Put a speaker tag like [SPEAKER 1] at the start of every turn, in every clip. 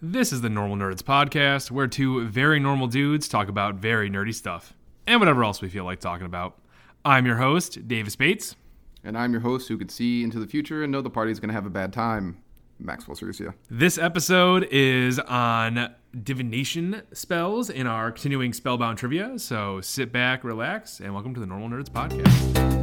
[SPEAKER 1] This is the Normal Nerds Podcast, where two very normal dudes talk about very nerdy stuff and whatever else we feel like talking about. I'm your host, Davis Bates.
[SPEAKER 2] And I'm your host who can see into the future and know the party's going to have a bad time, Maxwell Cerusia.
[SPEAKER 1] This episode is on divination spells in our continuing spellbound trivia. So sit back, relax, and welcome to the Normal Nerds Podcast.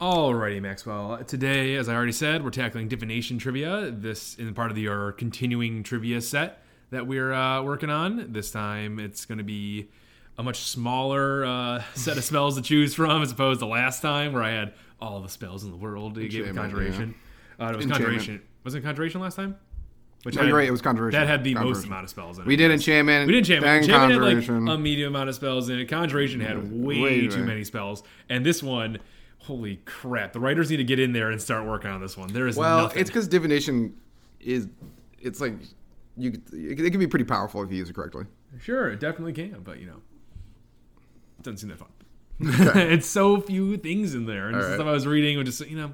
[SPEAKER 1] Alrighty, Maxwell. Today, as I already said, we're tackling divination trivia. This is part of the, our continuing trivia set that we're uh, working on. This time, it's going to be a much smaller uh, set of spells to choose from as opposed to last time where I had all the spells in the world. It gave me
[SPEAKER 2] Enchantment,
[SPEAKER 1] conjuration. Uh, it was
[SPEAKER 2] Enchantment.
[SPEAKER 1] conjuration. Was it conjuration last time? Which
[SPEAKER 2] No,
[SPEAKER 1] had-
[SPEAKER 2] you're right. It was conjuration.
[SPEAKER 1] that had the most
[SPEAKER 2] Conjuration.
[SPEAKER 1] amount of spells in it.
[SPEAKER 2] We did enchantment.
[SPEAKER 1] We did enchantment.
[SPEAKER 2] Then
[SPEAKER 1] Enchantment
[SPEAKER 2] conjuration.
[SPEAKER 1] had like um, a medium amount of spells in it. Conjuration had way,
[SPEAKER 2] way
[SPEAKER 1] too
[SPEAKER 2] right.
[SPEAKER 1] many spells, and this one, holy crap! The writers need to get in there and start working on this one. There is
[SPEAKER 2] well,
[SPEAKER 1] nothing.
[SPEAKER 2] it's because divination is, it's like you. could- It can be pretty powerful if you use it correctly.
[SPEAKER 1] sure, it definitely can, but you know, doesn't seem that fun. it's so few things in there, and this is
[SPEAKER 2] right.
[SPEAKER 1] stuff I was reading, which is you know,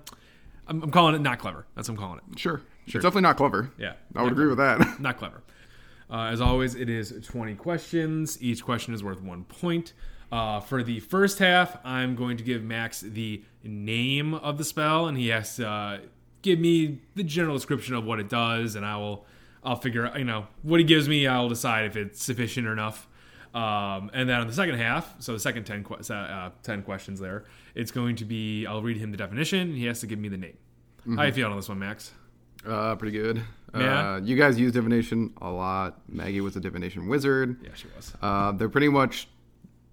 [SPEAKER 1] I'm, I'm calling it not clever. That's what I'm calling it.
[SPEAKER 2] Sure. It's definitely not clever.
[SPEAKER 1] Yeah,
[SPEAKER 2] I would
[SPEAKER 1] not
[SPEAKER 2] agree with that.
[SPEAKER 1] Not clever. Uh, as always, it is 20 questions. Each question is worth one point. Uh, for the first half, I'm going to give Max the name of the spell, and he has to uh, give me the general description of what it does, and I will, I'll figure out, you know, what he gives me. I'll decide if it's sufficient or enough. Um, and then on the second half, so the second 10, que- uh, uh, 10 questions there, it's going to be, I'll read him the definition, and he has to give me the name. How you feeling on this one, Max?
[SPEAKER 2] Uh, pretty good.
[SPEAKER 1] Yeah.
[SPEAKER 2] Uh, you guys use divination a lot. Maggie was a divination wizard.
[SPEAKER 1] Yeah, she was.
[SPEAKER 2] Uh, they're pretty much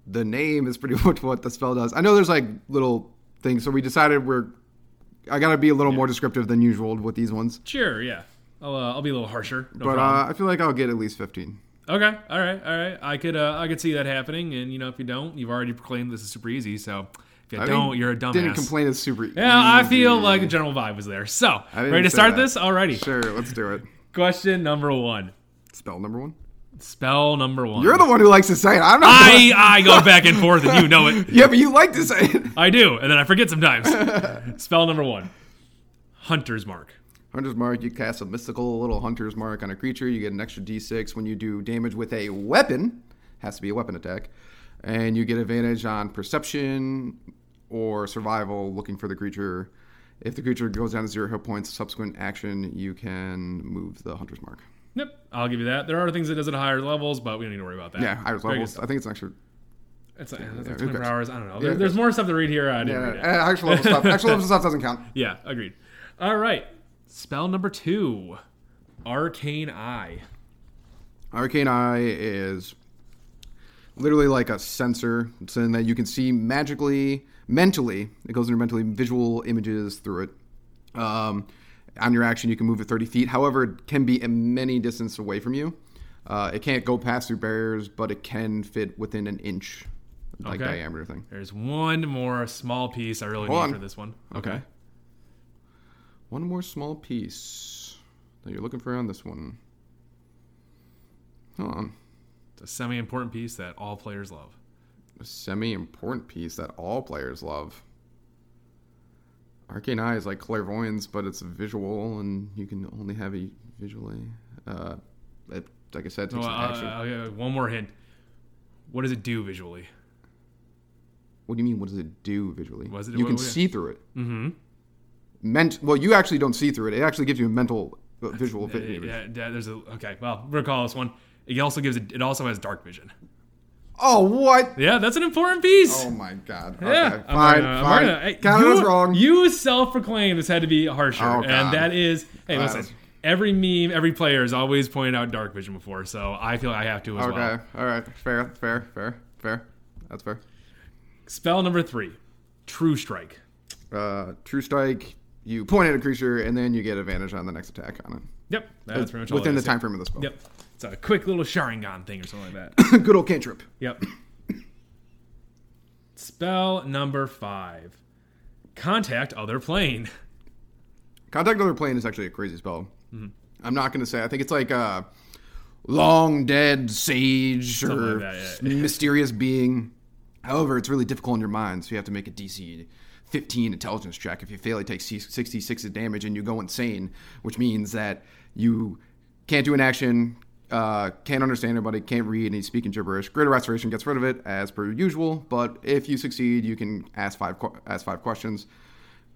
[SPEAKER 2] the name is pretty much what the spell does. I know there's like little things, so we decided we're I gotta be a little more descriptive than usual with these ones,
[SPEAKER 1] Sure, yeah. I'll, uh, I'll be a little harsher. No
[SPEAKER 2] but
[SPEAKER 1] problem.
[SPEAKER 2] uh, I feel like I'll get at least 15.
[SPEAKER 1] okay, all right, all right. I could uh, I could see that happening, and you know, if you don't, you've already proclaimed this is super easy. So if you
[SPEAKER 2] I mean,
[SPEAKER 1] don't, you're a dumbass.
[SPEAKER 2] Didn't complain is super.
[SPEAKER 1] Oh, Yeah, I
[SPEAKER 2] easy.
[SPEAKER 1] feel like a general vibe was there. So
[SPEAKER 2] didn't
[SPEAKER 1] ready to
[SPEAKER 2] say
[SPEAKER 1] start
[SPEAKER 2] that.
[SPEAKER 1] this? Alrighty.
[SPEAKER 2] Sure, let's do it.
[SPEAKER 1] Question number one.
[SPEAKER 2] Spell number one.
[SPEAKER 1] Spell number one.
[SPEAKER 2] You're the one who likes to say it. I'm not.
[SPEAKER 1] I
[SPEAKER 2] the one-
[SPEAKER 1] I go back and forth, and you know it.
[SPEAKER 2] yeah, but you like to say it.
[SPEAKER 1] I do, and then I forget sometimes. Spell number one. Hunter's mark.
[SPEAKER 2] Hunter's mark. You cast a mystical little hunter's mark on a creature. You get an extra d6 when you do damage with a weapon. Has to be a weapon attack, and you get advantage on perception or survival looking for the creature. If the creature goes down to zero hit points, subsequent action you can move the hunter's mark.
[SPEAKER 1] Yep, I'll give you that. There are things it does at higher levels, but we don't need to worry about that.
[SPEAKER 2] Yeah, higher
[SPEAKER 1] Very good
[SPEAKER 2] levels.
[SPEAKER 1] stuff.
[SPEAKER 2] I think it's an extra.
[SPEAKER 1] It's like, it's like
[SPEAKER 2] yeah, who
[SPEAKER 1] 24
[SPEAKER 2] cares?
[SPEAKER 1] hours. I don't know. There-
[SPEAKER 2] who
[SPEAKER 1] there's more stuff to read here. I didn't
[SPEAKER 2] Yeah,
[SPEAKER 1] read it.
[SPEAKER 2] uh, extra level stuff. Extra level stuff doesn't count.
[SPEAKER 1] Yeah, agreed. All right. Spell number two Arcane Eye.
[SPEAKER 2] Arcane Eye is literally like a sensor, so that you can see magically, mentally. It goes into mentally visual images through it. Um, on your action, you can move it 30 feet. However, it can be a many distance away from you. Uh, it can't go past through barriers, but it can fit within an inch, like
[SPEAKER 1] Okay.
[SPEAKER 2] diameter thing.
[SPEAKER 1] There's one more small piece I really
[SPEAKER 2] Hold
[SPEAKER 1] need
[SPEAKER 2] on.
[SPEAKER 1] for this one.
[SPEAKER 2] Okay. One more small piece that you're looking for on this one. Hold on.
[SPEAKER 1] It's a semi important piece that all players love.
[SPEAKER 2] semi important piece that all players love. Arcane Eye is like clairvoyance, but it's visual, and you can only have it visually. Uh, it, like I said, takes
[SPEAKER 1] Well,
[SPEAKER 2] an action.
[SPEAKER 1] uh, okay, one more hint. What does it do visually?
[SPEAKER 2] what do you mean? What does it do visually?
[SPEAKER 1] Was it-
[SPEAKER 2] you can
[SPEAKER 1] what- what-
[SPEAKER 2] see through it.
[SPEAKER 1] Mm-hmm.
[SPEAKER 2] Ment- well, you actually don't see through it. It actually gives you a mental uh, visual fit image.
[SPEAKER 1] Yeah, yeah, there's a okay. Well, recall this one. It also gives it. It also has dark vision.
[SPEAKER 2] Oh, what?
[SPEAKER 1] Yeah, that's an important piece.
[SPEAKER 2] Oh my god.
[SPEAKER 1] Yeah,
[SPEAKER 2] Okay,
[SPEAKER 1] I'm
[SPEAKER 2] fine,
[SPEAKER 1] gonna- I'm
[SPEAKER 2] fine.
[SPEAKER 1] gonna- hey,
[SPEAKER 2] Count it
[SPEAKER 1] you,
[SPEAKER 2] as wrong.
[SPEAKER 1] You self-proclaimed this had to be harsher,
[SPEAKER 2] Oh,
[SPEAKER 1] and
[SPEAKER 2] God.
[SPEAKER 1] that is. Hey,
[SPEAKER 2] Wow.
[SPEAKER 1] listen. Every meme, every player has always pointed out dark vision before, so I feel I have to as
[SPEAKER 2] okay,
[SPEAKER 1] well.
[SPEAKER 2] all right. Fair, fair, fair, fair. That's fair.
[SPEAKER 1] Spell number three, true strike.
[SPEAKER 2] uh, true strike. You point at a creature, and then you get advantage on the next attack on it
[SPEAKER 1] Yep, that's pretty much all
[SPEAKER 2] within
[SPEAKER 1] it
[SPEAKER 2] the
[SPEAKER 1] is.
[SPEAKER 2] time frame of the spell.
[SPEAKER 1] Yep, it's a quick little Sharingan thing or something like that.
[SPEAKER 2] Good old cantrip.
[SPEAKER 1] yep. Spell number five, contact other plane.
[SPEAKER 2] Contact other plane is actually a crazy spell.
[SPEAKER 1] Mm-hmm.
[SPEAKER 2] I'm not going to say. I think it's like a long dead sage or
[SPEAKER 1] like that, yeah.
[SPEAKER 2] mysterious being. However, it's really difficult in your mind, so you have to make a DC 15 intelligence check. If you fail, you take 66 of damage and you go insane, which means that you can't do an action, uh, can't understand anybody, can't read, and he's speaking gibberish. Greater Restoration gets rid of it as per usual, but if you succeed, you can ask five que- ask five questions.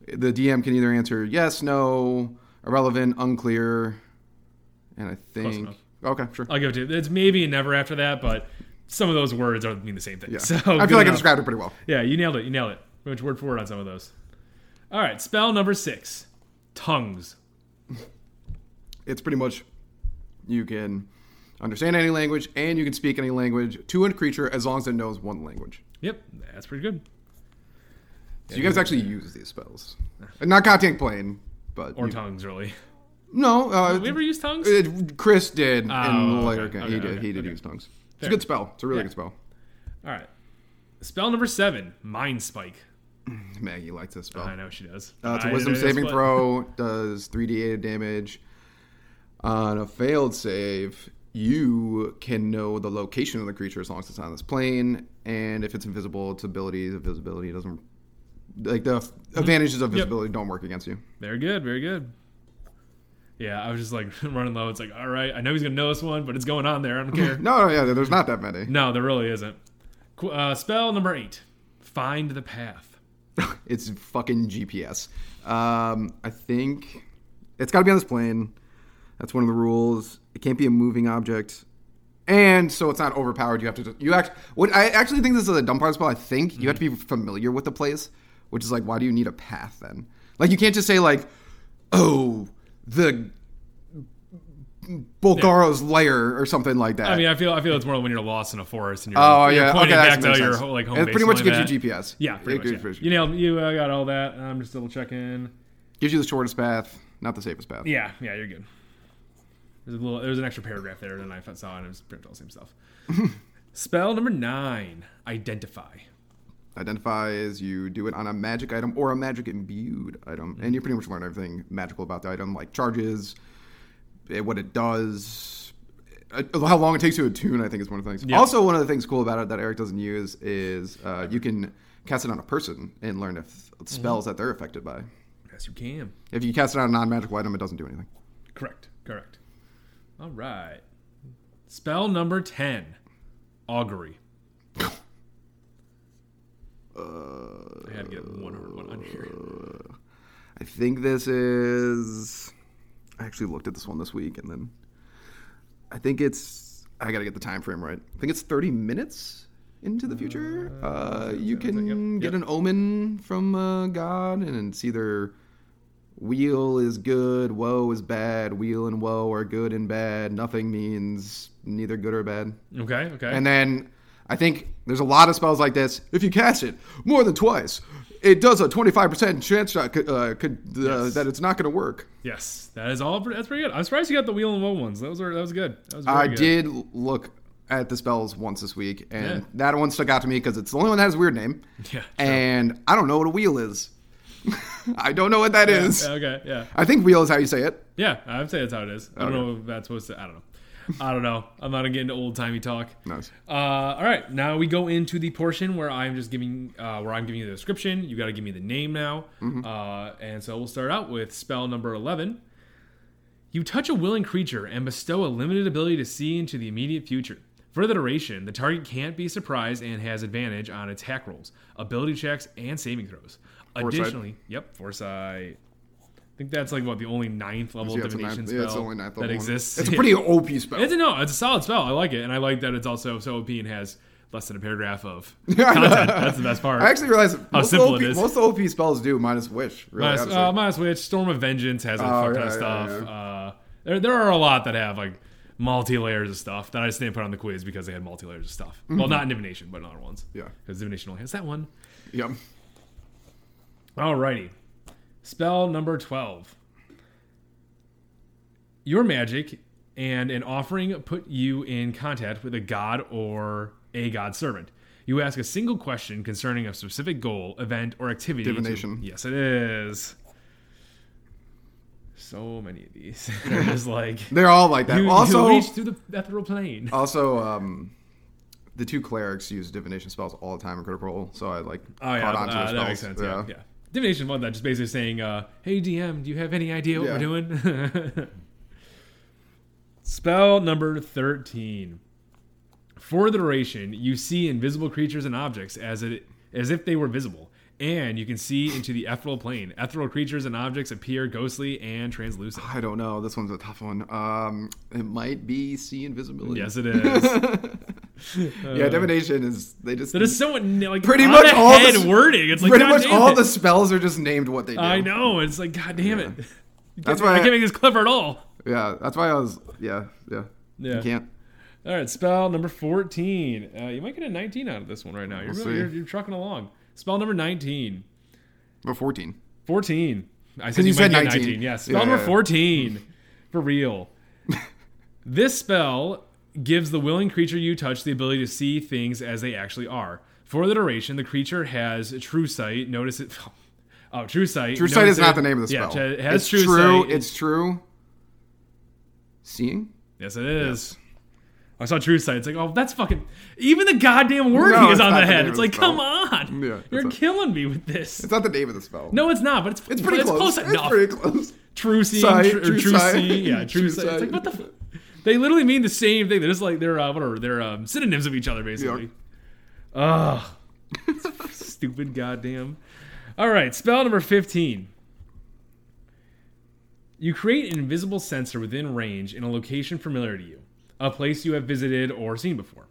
[SPEAKER 2] The DM can either answer yes, no, irrelevant, unclear, and I think
[SPEAKER 1] enough.
[SPEAKER 2] okay, sure.
[SPEAKER 1] I'll give it to you. It's maybe and never after that, but some of those words are mean the same thing.
[SPEAKER 2] Yeah.
[SPEAKER 1] So
[SPEAKER 2] I feel like
[SPEAKER 1] good
[SPEAKER 2] I
[SPEAKER 1] enough.
[SPEAKER 2] described it pretty well.
[SPEAKER 1] Yeah, you nailed it. You nailed it. We went word for word on some of those. All right, spell number six, tongues.
[SPEAKER 2] It's pretty much you can understand any language and you can speak any language to a creature as long as it knows one language.
[SPEAKER 1] Yep, that's pretty good.
[SPEAKER 2] So you guys actually use these spells, not content plane, but
[SPEAKER 1] Or
[SPEAKER 2] you-
[SPEAKER 1] tongues, really.
[SPEAKER 2] no. Uh,
[SPEAKER 1] We ever use tongues?
[SPEAKER 2] It, Chris did in
[SPEAKER 1] Oh,
[SPEAKER 2] the later
[SPEAKER 1] okay,
[SPEAKER 2] game.
[SPEAKER 1] okay,
[SPEAKER 2] he did.
[SPEAKER 1] okay,
[SPEAKER 2] he did
[SPEAKER 1] okay.
[SPEAKER 2] use tongues. It's
[SPEAKER 1] Fair.
[SPEAKER 2] a good spell. It's a really
[SPEAKER 1] Yeah.
[SPEAKER 2] good spell.
[SPEAKER 1] All right. Spell number seven, mind spike.
[SPEAKER 2] Maggie likes this spell.
[SPEAKER 1] I know she does.
[SPEAKER 2] Uh, it's a
[SPEAKER 1] I-
[SPEAKER 2] wisdom
[SPEAKER 1] that's
[SPEAKER 2] saving
[SPEAKER 1] what-
[SPEAKER 2] throw. Does three d eight damage. On a failed save, you can know the location of the creature as long as it's on this plane, and if it's invisible, its abilities, invisibility doesn't like the f-
[SPEAKER 1] Mm-hmm.
[SPEAKER 2] advantages of visibility don't work against you.
[SPEAKER 1] Very good, very good. Yeah, I was just like running low. It's like, all right, I know he's gonna know this one, but it's going on there. I don't care.
[SPEAKER 2] No, yeah, there's not that many.
[SPEAKER 1] no, there really isn't. Qu- Uh, spell number eight, find the path.
[SPEAKER 2] it's fucking GPS. Um, I think it's got to be on this plane. That's one of the rules. It can't be a moving object, and so it's not overpowered. You have to you act. What I actually think this is a dumb part of the spell. I think you have to be
[SPEAKER 1] Mm-hmm.
[SPEAKER 2] familiar with the place, which is like why do you need a path then? Like you can't just say like, oh the. Bulgaro's lair or something like that.
[SPEAKER 1] I mean, I feel I feel it's more like when you're lost in a forest and you're,
[SPEAKER 2] oh
[SPEAKER 1] you're
[SPEAKER 2] yeah, okay,
[SPEAKER 1] pointing
[SPEAKER 2] that
[SPEAKER 1] back
[SPEAKER 2] makes
[SPEAKER 1] to your
[SPEAKER 2] sense.
[SPEAKER 1] ho- like home
[SPEAKER 2] it
[SPEAKER 1] base
[SPEAKER 2] pretty
[SPEAKER 1] and
[SPEAKER 2] much
[SPEAKER 1] like
[SPEAKER 2] gives
[SPEAKER 1] that.
[SPEAKER 2] you GPS.
[SPEAKER 1] Yeah, pretty
[SPEAKER 2] It gives-
[SPEAKER 1] much. Yeah.
[SPEAKER 2] gives-
[SPEAKER 1] You nailed. You uh, got all that. I'm just double checking.
[SPEAKER 2] gives you the shortest path, not the safest path.
[SPEAKER 1] Yeah, yeah, you're good. There's a little. There's an extra paragraph there, and I saw, and it was pretty much all the same stuff. Spell number nine: identify.
[SPEAKER 2] identify is you do it on a magic item or a magic imbued item and you pretty much learn everything magical about the item like charges eh, what it does eh, how long it takes to attune i think is one of the things also one of the things cool about it that eric doesn't use is uh, you can cast it on a person and learn if spells that they're affected by
[SPEAKER 1] Yes, you can.
[SPEAKER 2] if you cast it on a non-magical item it doesn't do anything
[SPEAKER 1] Correct. Correct. All right. Spell number ten: augury. I had to get one hard one on here.
[SPEAKER 2] Uh, i think this is i actually looked at this one this week and then I think it's I gotta get the time frame right. I think it's 30 minutes into the future. Uh, you can
[SPEAKER 1] Yep.
[SPEAKER 2] get an omen from uh, God, and it's either wheel is good, woe is bad. Wheel and woe are good and bad. Nothing means neither good or bad.
[SPEAKER 1] Okay. Okay.
[SPEAKER 2] And then I think there's a lot of spells like this. If you cast it more than twice, it does a 25% chance shot could, uh, could, uh,
[SPEAKER 1] Yes.
[SPEAKER 2] that it's not gonna work.
[SPEAKER 1] yes, that is all. pre- That's pretty good. I'm surprised you got the wheel and woe ones. Those were that was good. That was very
[SPEAKER 2] I
[SPEAKER 1] good.
[SPEAKER 2] did look at the spells once this week, and
[SPEAKER 1] Yeah.
[SPEAKER 2] that one stuck out to me because it's the only one that has a weird name.
[SPEAKER 1] Yeah.
[SPEAKER 2] And I don't know what a wheel is. I don't know what that is.
[SPEAKER 1] Yeah, okay. Yeah.
[SPEAKER 2] I think wheel is how you say it.
[SPEAKER 1] Yeah, I would say that's how it is. I don't
[SPEAKER 2] Okay.
[SPEAKER 1] know if that's supposed to. I don't know. I don't know. I'm not gonna get into old timey talk.
[SPEAKER 2] Nice.
[SPEAKER 1] Uh, all right, now we go into the portion where I'm just giving, uh, where I'm giving you the description. You got to give me the name now,
[SPEAKER 2] Mm-hmm.
[SPEAKER 1] uh, and so we'll start out with spell number eleven. You touch a willing creature and bestow a limited ability to see into the immediate future. For the duration, the target can't be surprised and has advantage on attack rolls, ability checks, and saving throws.
[SPEAKER 2] Foresight.
[SPEAKER 1] Additionally, yep, foresight. I think that's like what the only ninth level
[SPEAKER 2] Yeah, it's, a
[SPEAKER 1] divination
[SPEAKER 2] ninth,
[SPEAKER 1] spell
[SPEAKER 2] yeah, it's the only ninth
[SPEAKER 1] that
[SPEAKER 2] level one.
[SPEAKER 1] exists.
[SPEAKER 2] It's a pretty OP spell.
[SPEAKER 1] It's a, no, it's a solid spell. I like it, and I like that it's also so OP and has less than a paragraph of
[SPEAKER 2] I know.
[SPEAKER 1] content. That's the best part.
[SPEAKER 2] I actually realized most,
[SPEAKER 1] simple
[SPEAKER 2] OP,
[SPEAKER 1] it is.
[SPEAKER 2] most OP spells do minus wish. Really,
[SPEAKER 1] Minus,
[SPEAKER 2] honestly.
[SPEAKER 1] uh, minus Witch, Storm of Vengeance has a fuck ton
[SPEAKER 2] Oh, yeah,
[SPEAKER 1] of
[SPEAKER 2] yeah,
[SPEAKER 1] stuff.
[SPEAKER 2] yeah.
[SPEAKER 1] Uh, there, there are a lot that have like multi layers of stuff that I just didn't put on the quiz because they had multi layers of stuff. Well, not in Divination, but in other ones.
[SPEAKER 2] Mm-hmm. Yeah.
[SPEAKER 1] Because Divination only has that one.
[SPEAKER 2] Yep.
[SPEAKER 1] Alrighty. Spell number 12. Your magic and an offering put you in contact with a god or a god servant. You ask a single question concerning a specific goal, event, or activity. to-
[SPEAKER 2] Divination.
[SPEAKER 1] yes, it is. So many of these. They're just like.
[SPEAKER 2] They're all like that.
[SPEAKER 1] You,
[SPEAKER 2] also,
[SPEAKER 1] you reach through the ethereal plane.
[SPEAKER 2] also, um, the two clerics use divination spells all the time in Critical Role, so I like
[SPEAKER 1] Oh yeah,
[SPEAKER 2] caught on to
[SPEAKER 1] uh,
[SPEAKER 2] the
[SPEAKER 1] that makes
[SPEAKER 2] spells.
[SPEAKER 1] sense. Yeah. yeah. Divination fun that just basically saying, uh, "Hey DM, do you have any idea what
[SPEAKER 2] Yeah.
[SPEAKER 1] we're doing?" Spell number thirteen. For the duration, you see invisible creatures and objects as it as if they were visible, and you can see into the ethereal plane. Ethereal creatures and objects appear ghostly and translucent.
[SPEAKER 2] I don't know. This one's a tough one. Um, it might be see invisibility.
[SPEAKER 1] Yes, it is. Uh,
[SPEAKER 2] yeah, divination is they just
[SPEAKER 1] That is somewhat like
[SPEAKER 2] Pretty
[SPEAKER 1] on
[SPEAKER 2] much
[SPEAKER 1] the
[SPEAKER 2] all the
[SPEAKER 1] head
[SPEAKER 2] s-
[SPEAKER 1] wording. It's like
[SPEAKER 2] pretty
[SPEAKER 1] God
[SPEAKER 2] much
[SPEAKER 1] damn
[SPEAKER 2] all
[SPEAKER 1] it.
[SPEAKER 2] the spells are just named what they do.
[SPEAKER 1] I know. It's like God damn it.
[SPEAKER 2] That's
[SPEAKER 1] I
[SPEAKER 2] why.
[SPEAKER 1] can't
[SPEAKER 2] I,
[SPEAKER 1] make this clever at all.
[SPEAKER 2] yeah, that's why I was. Yeah, yeah.
[SPEAKER 1] Yeah.
[SPEAKER 2] You can't.
[SPEAKER 1] All right, spell number 14. Uh, you might get a 19 out of this one right now. You're,
[SPEAKER 2] We'll
[SPEAKER 1] really,
[SPEAKER 2] see.
[SPEAKER 1] you're, you're trucking along. Spell number 19.
[SPEAKER 2] Or fourteen.
[SPEAKER 1] 14. I said
[SPEAKER 2] you
[SPEAKER 1] you,
[SPEAKER 2] said
[SPEAKER 1] might
[SPEAKER 2] 19.
[SPEAKER 1] get 19. Yes.
[SPEAKER 2] Yeah,
[SPEAKER 1] Spell number
[SPEAKER 2] yeah.
[SPEAKER 1] 14. For real. this spell gives the willing creature you touch the ability to see things as they actually are. For the duration, the creature has true sight. Notice it. Oh, true sight.
[SPEAKER 2] True sight
[SPEAKER 1] Notice
[SPEAKER 2] is not
[SPEAKER 1] it-
[SPEAKER 2] the name of the
[SPEAKER 1] yeah,
[SPEAKER 2] spell.
[SPEAKER 1] it has
[SPEAKER 2] it's
[SPEAKER 1] true,
[SPEAKER 2] true.
[SPEAKER 1] sight.
[SPEAKER 2] It's true. Seeing.
[SPEAKER 1] Yes, it is. I saw True Sight. It's like, oh, that's fucking. Even the goddamn wording is
[SPEAKER 2] it's
[SPEAKER 1] on
[SPEAKER 2] not
[SPEAKER 1] the
[SPEAKER 2] the
[SPEAKER 1] head.
[SPEAKER 2] name of
[SPEAKER 1] It's
[SPEAKER 2] the
[SPEAKER 1] like,
[SPEAKER 2] spell.
[SPEAKER 1] come on.
[SPEAKER 2] Yeah, it's
[SPEAKER 1] You're
[SPEAKER 2] not-
[SPEAKER 1] killing me with this.
[SPEAKER 2] It's not the name of the spell.
[SPEAKER 1] no, it's not, but it's,
[SPEAKER 2] it's pretty
[SPEAKER 1] it's
[SPEAKER 2] close.
[SPEAKER 1] close,
[SPEAKER 2] it's
[SPEAKER 1] enough.
[SPEAKER 2] pretty close.
[SPEAKER 1] True Seeing,
[SPEAKER 2] Sight,
[SPEAKER 1] true, or
[SPEAKER 2] True
[SPEAKER 1] true
[SPEAKER 2] Sight.
[SPEAKER 1] Seeing. Yeah, True,
[SPEAKER 2] True
[SPEAKER 1] sight. It's
[SPEAKER 2] Sight.
[SPEAKER 1] like, what the fuck? They literally mean the same thing. They're just like, they're, uh, whatever, they're um, synonyms of each other, basically. Ugh. Stupid goddamn. All right, spell number 15. You create an invisible sensor within range in a location familiar to you, a place you have visited or seen before,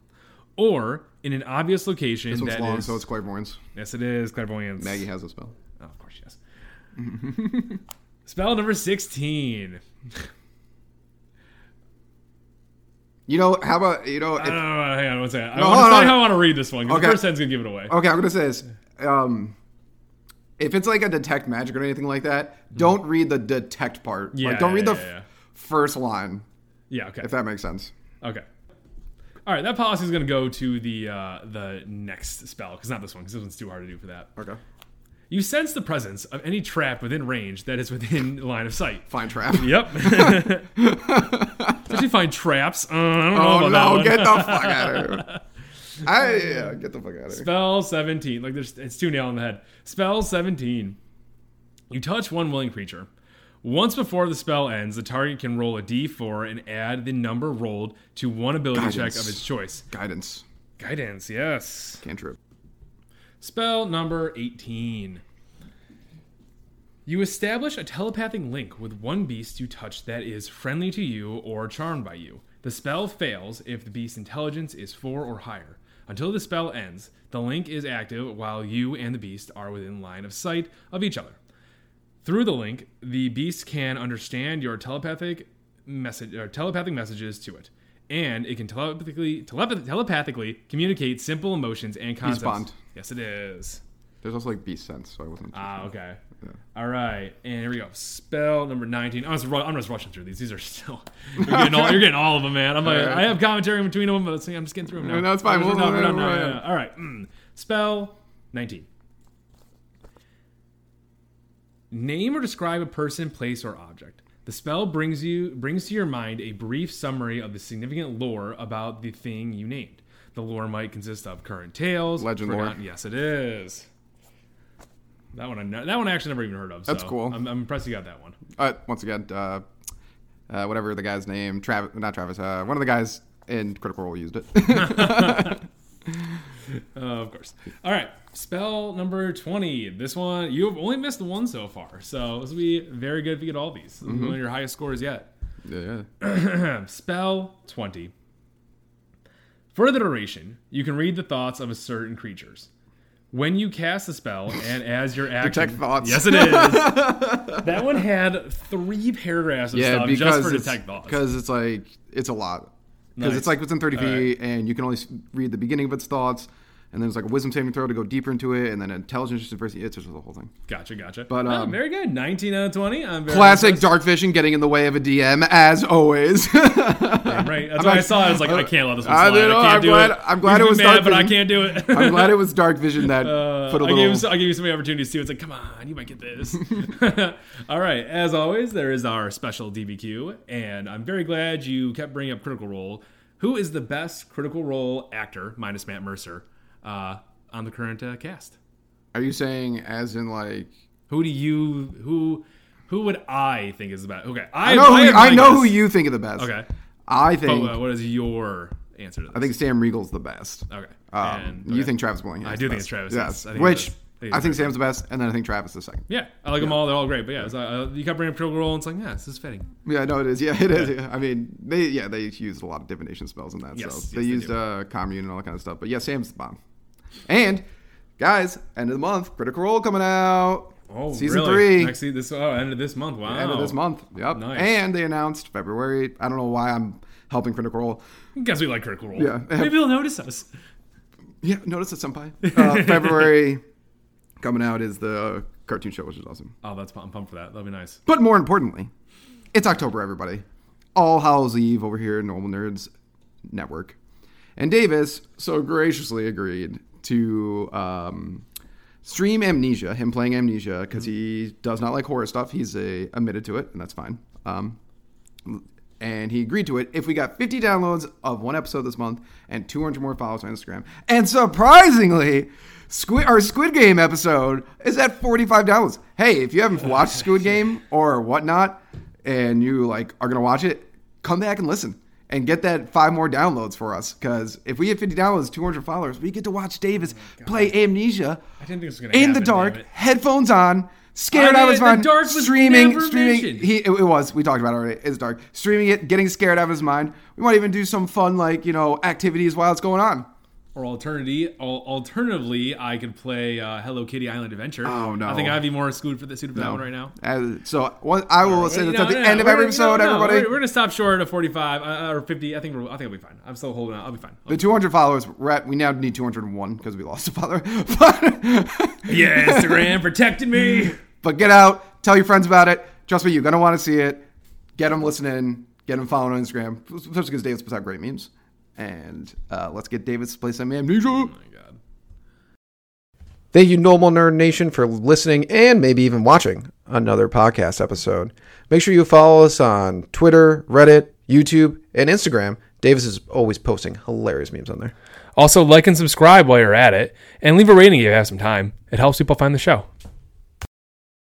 [SPEAKER 1] or in an obvious location
[SPEAKER 2] This one's
[SPEAKER 1] that
[SPEAKER 2] long,
[SPEAKER 1] is-
[SPEAKER 2] so it's clairvoyance.
[SPEAKER 1] yes, it is clairvoyance.
[SPEAKER 2] Maggie has a spell.
[SPEAKER 1] Oh, of course, yes. spell number sixteen.
[SPEAKER 2] You know, how about you know?
[SPEAKER 1] I
[SPEAKER 2] If,
[SPEAKER 1] don't know, Oh, hang on one second. I
[SPEAKER 2] No,
[SPEAKER 1] want to
[SPEAKER 2] hold
[SPEAKER 1] decide
[SPEAKER 2] on.
[SPEAKER 1] how I want to read this one. 'cause
[SPEAKER 2] Okay. Oh.
[SPEAKER 1] The first sentence gonna give it away.
[SPEAKER 2] okay, I'm gonna say this. Um, if it's like a detect magic or anything like that, don't read the detect part.
[SPEAKER 1] Yeah,
[SPEAKER 2] like, don't read
[SPEAKER 1] yeah,
[SPEAKER 2] the
[SPEAKER 1] yeah, yeah.
[SPEAKER 2] f- first line,
[SPEAKER 1] Yeah. Okay.
[SPEAKER 2] if that makes sense.
[SPEAKER 1] Okay. All right, that policy is going to go to the uh, the next spell because not this one because this one's too hard to do for that.
[SPEAKER 2] Okay.
[SPEAKER 1] You sense the presence of any trap within range that is within line of sight.
[SPEAKER 2] Fine trap.
[SPEAKER 1] Yep. Especially find traps. Uh, I don't know
[SPEAKER 2] Oh
[SPEAKER 1] about
[SPEAKER 2] no!
[SPEAKER 1] that
[SPEAKER 2] Get the fuck out of here. I yeah, get the fuck out of here.
[SPEAKER 1] Spell 17. Like there's it's two nail on the head. Spell 17. You touch one willing creature. Once before the spell ends, the target can roll a d4 and add the number rolled to one ability check
[SPEAKER 2] Guidance.
[SPEAKER 1] of its choice.
[SPEAKER 2] Guidance
[SPEAKER 1] Guidance, yes.
[SPEAKER 2] cantrip.
[SPEAKER 1] Spell number 18. You establish a telepathic link with one beast you touch that is friendly to you or charmed by you. The spell fails if the beast's intelligence is 4 or higher. Until the spell ends, the link is active while you and the beast are within line of sight of each other. Through the link, the beast can understand your telepathic message or telepathic messages to it, and it can telepathically telepath- telepathically communicate simple emotions and concepts.
[SPEAKER 2] bond.
[SPEAKER 1] Yes, it is.
[SPEAKER 2] There's also like beast sense, so I wasn't.
[SPEAKER 1] Ah, okay. All right, and here we go. Spell number nineteen. I'm just, ru- I'm just rushing through these. These are still. You're getting all, you're getting all of them, man. I'm like,
[SPEAKER 2] right.
[SPEAKER 1] I have commentary in between them, but let's see, I'm just getting through them now.
[SPEAKER 2] No, it's fine.
[SPEAKER 1] We're
[SPEAKER 2] We'll-
[SPEAKER 1] done, we're done
[SPEAKER 2] we'll-
[SPEAKER 1] now,
[SPEAKER 2] we'll-
[SPEAKER 1] yeah, yeah. All right. Mm. Spell nineteen. Name or describe a person, place, or object. The spell brings you brings to your mind a brief summary of the significant lore about the thing you named. The lore might consist of current tales,
[SPEAKER 2] Legend lore.
[SPEAKER 1] forgotten- Yes, it is. That one, I ne- that one I actually never even heard of. So
[SPEAKER 2] That's cool.
[SPEAKER 1] I'm, I'm impressed you got that one.
[SPEAKER 2] Uh, once again, uh, uh, whatever the guy's name, Travis, not Travis, uh, one of the guys in Critical Role used it.
[SPEAKER 1] Uh, of course. All right, spell number twenty. This one you have only missed one so far, so this will be very good if you get all these. This is
[SPEAKER 2] Mm-hmm.
[SPEAKER 1] One of your highest scores yet.
[SPEAKER 2] yeah,
[SPEAKER 1] Spell 20. For the duration, you can read the thoughts of a certain creatures. When you cast the spell and as your action,
[SPEAKER 2] Detect thoughts.
[SPEAKER 1] Yes, it is. that one had three paragraphs of
[SPEAKER 2] yeah,
[SPEAKER 1] stuff
[SPEAKER 2] because
[SPEAKER 1] just for
[SPEAKER 2] it's,
[SPEAKER 1] detect thoughts.
[SPEAKER 2] because it's like it's a lot because
[SPEAKER 1] Nice.
[SPEAKER 2] it's like within 30
[SPEAKER 1] All
[SPEAKER 2] feet, and you can only s- read the beginning of its thoughts, and then it's like a wisdom saving throw to go deeper into it, and then intelligence diversity. It's just the whole thing.
[SPEAKER 1] Gotcha, gotcha.
[SPEAKER 2] But,
[SPEAKER 1] Oh,
[SPEAKER 2] um,
[SPEAKER 1] very good. 19 out of 20. I'm very
[SPEAKER 2] Classic dark vision getting in the way of a DM as always.
[SPEAKER 1] impressed. Right. That's why I saw it. I was like, I can't let this one
[SPEAKER 2] I
[SPEAKER 1] slide. I,
[SPEAKER 2] don't know,
[SPEAKER 1] can't
[SPEAKER 2] I'm
[SPEAKER 1] do
[SPEAKER 2] glad-
[SPEAKER 1] it.
[SPEAKER 2] I'm
[SPEAKER 1] He's
[SPEAKER 2] glad it
[SPEAKER 1] been
[SPEAKER 2] was
[SPEAKER 1] mad,
[SPEAKER 2] dark
[SPEAKER 1] but I
[SPEAKER 2] vision.
[SPEAKER 1] can't do it.
[SPEAKER 2] I'm glad it was dark vision that
[SPEAKER 1] Uh,
[SPEAKER 2] put a
[SPEAKER 1] I gave,
[SPEAKER 2] little.
[SPEAKER 1] you, so- I gave you so many opportunities too. It's like, come on, you might get this. All right. As always, there is our special DBQ, and I'm very glad you kept bringing up Critical Role. Who is the best Critical Role actor, minus Matt Mercer, uh, on the current uh, cast?
[SPEAKER 2] Are you saying as in like
[SPEAKER 1] Who do you who who would I think is the best? Okay, I,
[SPEAKER 2] I know, who,
[SPEAKER 1] I
[SPEAKER 2] you,
[SPEAKER 1] have
[SPEAKER 2] I
[SPEAKER 1] my
[SPEAKER 2] know
[SPEAKER 1] guess.
[SPEAKER 2] who you think are the best.
[SPEAKER 1] Okay,
[SPEAKER 2] I think
[SPEAKER 1] but, uh, what is your answer to this?
[SPEAKER 2] I think Sam Regal's the best.
[SPEAKER 1] okay,
[SPEAKER 2] Um,
[SPEAKER 1] And-
[SPEAKER 2] You
[SPEAKER 1] Oh, okay.
[SPEAKER 2] think Travis Williams?
[SPEAKER 1] I
[SPEAKER 2] is
[SPEAKER 1] do
[SPEAKER 2] the
[SPEAKER 1] think
[SPEAKER 2] best.
[SPEAKER 1] it's Travis.
[SPEAKER 2] Yes,
[SPEAKER 1] I think
[SPEAKER 2] which
[SPEAKER 1] it is. I think
[SPEAKER 2] I
[SPEAKER 1] it's
[SPEAKER 2] think Sam's the best, and then I think Travis is second.
[SPEAKER 1] Yeah, I like them all. They're all great. But yeah, it's like, uh, you kept bringing up Critical Role, and it's like, yeah, this is fitting.
[SPEAKER 2] Yeah, no, it is. Yeah, it is. Yeah. I mean, they yeah they used a lot of divination spells in that.
[SPEAKER 1] Yes,
[SPEAKER 2] so
[SPEAKER 1] yes,
[SPEAKER 2] they
[SPEAKER 1] they
[SPEAKER 2] used
[SPEAKER 1] do.
[SPEAKER 2] uh, commune and all that kind of stuff. But yeah, Sam's the bomb. And guys, end of the month, Critical Role coming out.
[SPEAKER 1] Oh,
[SPEAKER 2] season
[SPEAKER 1] really?
[SPEAKER 2] three,
[SPEAKER 1] Next season, this oh, end of this month. Wow,
[SPEAKER 2] end of this month. Yep.
[SPEAKER 1] Nice.
[SPEAKER 2] And they announced February. I don't know why I'm helping Critical Role.
[SPEAKER 1] Guess we like Critical Role.
[SPEAKER 2] Yeah.
[SPEAKER 1] maybe they'll notice us.
[SPEAKER 2] Yeah, notice it, senpai. Uh, February coming out is the cartoon show, which is awesome.
[SPEAKER 1] Oh, that's I'm pumped for that. That'll be nice.
[SPEAKER 2] But more importantly, it's October, everybody. All Hallows Eve over here at Normal Nerds Network. And Davis so graciously agreed to um, stream Amnesia, him playing Amnesia, because he does not like horror stuff. He's uh admitted to it, and that's fine. Um, and he agreed to it if we got 50 downloads of one episode this month and 200 more followers on Instagram. And surprisingly, Squid, our Squid Game episode is at 45 downloads. Hey, if you haven't watched Squid Game or whatnot, and you like are gonna watch it, come back and listen and get that five more downloads for us. Because if we hit 50 downloads, 200 followers, we get to watch Davis play Amnesia
[SPEAKER 1] Oh I didn't think it was gonna
[SPEAKER 2] in the
[SPEAKER 1] happen, damn
[SPEAKER 2] dark,
[SPEAKER 1] it.
[SPEAKER 2] headphones on, scared
[SPEAKER 1] I mean,
[SPEAKER 2] out of his
[SPEAKER 1] the
[SPEAKER 2] mind,
[SPEAKER 1] dark was
[SPEAKER 2] streaming,
[SPEAKER 1] never
[SPEAKER 2] streaming.
[SPEAKER 1] mentioned.
[SPEAKER 2] He it, it was. We talked about it already. It's dark. Streaming it, getting scared out of his mind. We might even do some fun like you know activities while it's going on.
[SPEAKER 1] Or alternatively, al- alternatively, I could play uh, Hello Kitty Island Adventure.
[SPEAKER 2] Oh, no.
[SPEAKER 1] I think I'd be more suited for the suited for that one right now.
[SPEAKER 2] Uh, so one, I will say
[SPEAKER 1] You
[SPEAKER 2] this
[SPEAKER 1] know,
[SPEAKER 2] at the
[SPEAKER 1] no, no,
[SPEAKER 2] end of
[SPEAKER 1] we're-
[SPEAKER 2] every
[SPEAKER 1] you know,
[SPEAKER 2] episode,
[SPEAKER 1] no,
[SPEAKER 2] everybody.
[SPEAKER 1] We're, we're gonna stop short of forty-five uh, or fifty. I think we're, I think I'll be fine. I'm still holding out. I'll be fine. I'll
[SPEAKER 2] the 200 followers, we're at, we now need 201 because we lost a follower. But,
[SPEAKER 1] Yeah, Instagram protected me.
[SPEAKER 2] but get out, tell your friends about it. Trust me, you're going to want to see it. Get them listening, get them following on Instagram, especially because Davis puts out great memes. And uh, let's get Davis to play some amnesia.
[SPEAKER 1] Oh my god.
[SPEAKER 3] Thank you, Normal Nerd Nation, for listening and maybe even watching another podcast episode. Make sure you follow us on Twitter, Reddit, YouTube, and Instagram. Davis is always posting hilarious memes on there.
[SPEAKER 1] Also, like and subscribe while you're at it, and leave a rating if you have some time. It helps people find the show.